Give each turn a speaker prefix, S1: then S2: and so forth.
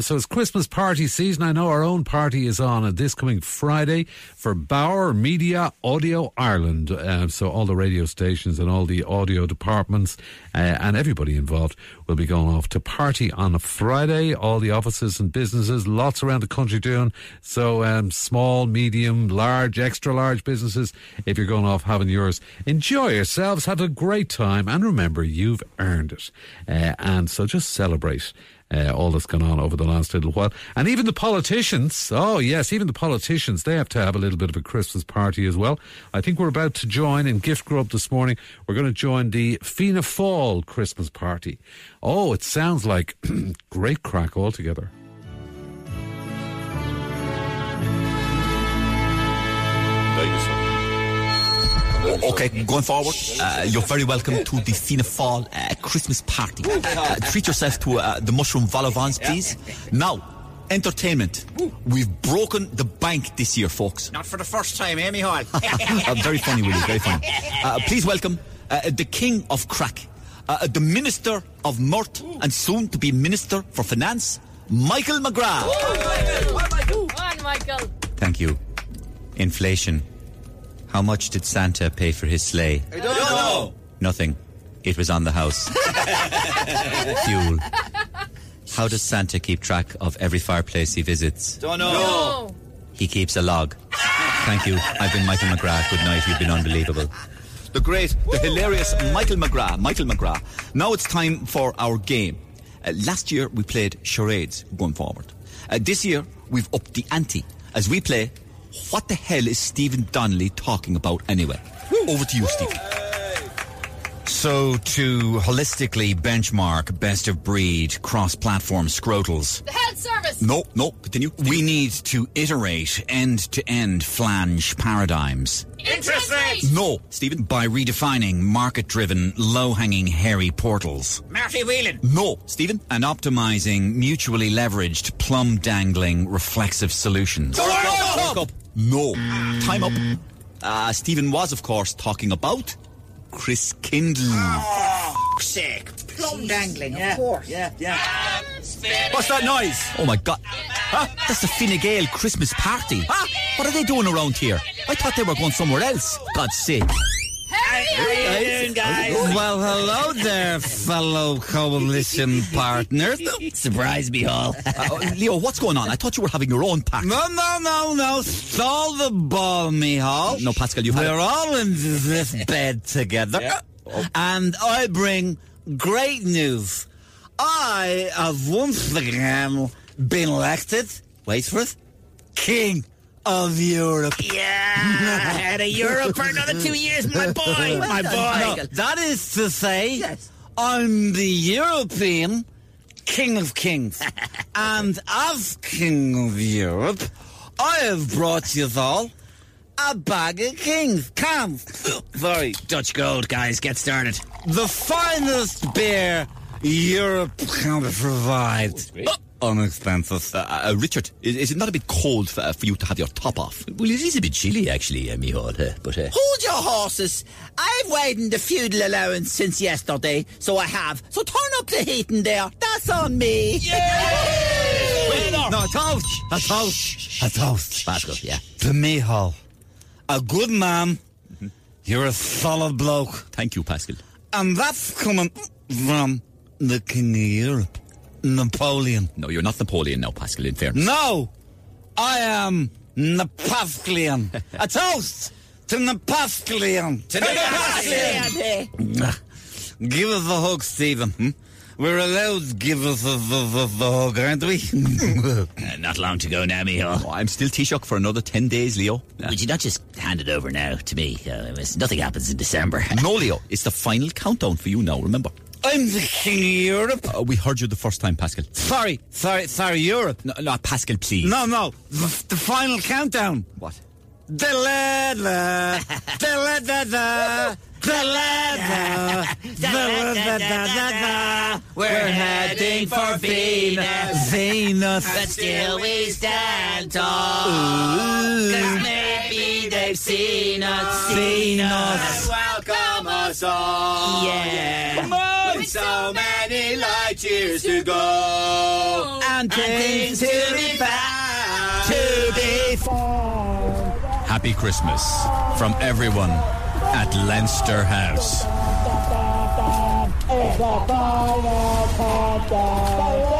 S1: So it's Christmas party season. I know our own party is on uh, this coming Friday for Bauer Media Audio Ireland. Uh, so all the radio stations and all the audio departments uh, and everybody involved will be going off to party on a Friday. All the offices and businesses, lots around the country doing so. Um, small, medium, large, extra large businesses. If you're going off having yours, enjoy yourselves, have a great time, and remember you've earned it. Uh, and so just celebrate uh, all that's gone on over the last little while. And even the politicians, oh yes, even the politicians, they have to have a little bit of a Christmas party as well. I think we're about to join in Gift Grub this morning. We're going to join the Fianna Fáil Christmas party. Oh, it sounds like great crack altogether.
S2: Okay, going forward, uh, you're very welcome to the Fianna Fáil uh, Christmas party. Uh, treat yourself to uh, the mushroom valavans, please. Now, entertainment. We've broken the bank this year, folks.
S3: Not for the first time, eh, Hall.
S2: Uh, very funny, Willie, very funny. Uh, please welcome uh, the King of Crack, uh, the Minister of Mort, and soon to be Minister for Finance, Michael McGrath.
S4: Come on, Michael.
S5: Thank you. Inflation. How much did Santa pay for his sleigh? Nothing. It was on the house. Fuel. How does Santa keep track of every fireplace he visits?
S3: Don't know.
S4: Oh,
S5: He keeps a log. Thank you. I've been Michael McGrath. Good night. You've been unbelievable.
S2: the great, the hilarious Michael McGrath. Michael McGrath. Now it's time for our game. Uh, last year we played charades going forward. Uh, this year we've upped the ante as we play. What the hell is Stephen Donnelly talking about anyway? Over to you, Stephen.
S5: So, to holistically benchmark best of breed cross platform scrotals,
S4: the health service.
S2: No, no, continue.
S5: we need to iterate end to end flange paradigms.
S4: Interest
S3: Interest
S4: rate.
S5: No, Stephen, by redefining market driven, low hanging, hairy portals.
S3: Marty Whelan.
S5: No, Stephen, and optimizing mutually leveraged, plum dangling, reflexive solutions.
S2: Work up. No. Time up. Uh, Stephen was, of course, talking about Chris Kindle.
S3: Fuck's sake.
S6: plum dangling, of course. Yeah, yeah.
S2: What's that noise?
S5: Oh my god. Huh? That's the Fine Gael Christmas party. Huh? What are they doing around here? I thought they were going somewhere else. God's sake.
S4: Heavy.
S3: guys.
S5: Well, hello there, fellow coalition partners.
S7: Surprise me all.
S5: Uh, Leo, what's going on? I thought you were having your own party.
S7: No, no, no, no. Stall the ball, Mihal.
S5: No, Pascal, you've had
S7: We're
S5: it. Oh.
S7: all in this bed together. And I bring great news. I have once again been elected, wait for it, King of Europe.
S3: Yeah. Out of Europe for another two years, my boy. My
S7: No,
S3: boy.
S7: that is to say,
S6: Yes.
S7: I'm the European King of Kings. and as King of Europe, I have brought you all a bag of kings. Come. Sorry.
S3: Dutch gold, guys. Get started.
S7: The finest beer Europe can provide. Oh, On expenses.
S2: Oh, Uh, uh, Richard, is, is it not a bit cold for, uh, for you to have your top off?
S5: Well, it is a bit chilly, actually, uh, Mihal, uh, but... Uh,
S7: Hold your horses. I've widened the feudal allowance since yesterday, so I have. So turn up the heat in there. That's on me. No, a toast. A toast. A toast.
S5: Pascal, yeah.
S7: To me, Hall. A good man. You're a solid bloke.
S2: Thank you, Pascal.
S7: And that's coming from the King of Europe, Napoleon.
S2: No, you're not Napoleon now, Pascal, in fairness.
S7: No, I am Napoleon. a toast to Napoleon. To Give us a hug, Stephen. hmm? We're allowed to give us a, the, the, the hug, aren't we?
S3: Uh, not long to go now, Mihal.
S2: Oh, I'm still Taoiseach for another 10 days, Leo. Uh,
S3: Would you not just hand it over now to me? Uh, it's- nothing happens in December.
S2: no, Leo, it's the final countdown for you now, remember.
S7: I'm the king of Europe.
S2: Uh, we heard you the first time, Pascal.
S7: Sorry, sorry, sorry, Europe.
S2: No, no Pascal, please.
S7: No, no, the, the final countdown.
S2: What?
S7: Da la da, da la da da, da la da, da la da da da da. We're heading for Venus, Venus. But still we stand tall. Cause maybe they've seen us, seen us. Welcome us all. Yeah.
S8: With
S9: so many light years to go.
S3: And things to be found.
S9: To be
S7: Happy Christmas from everyone at Leinster House.
S10: Bye.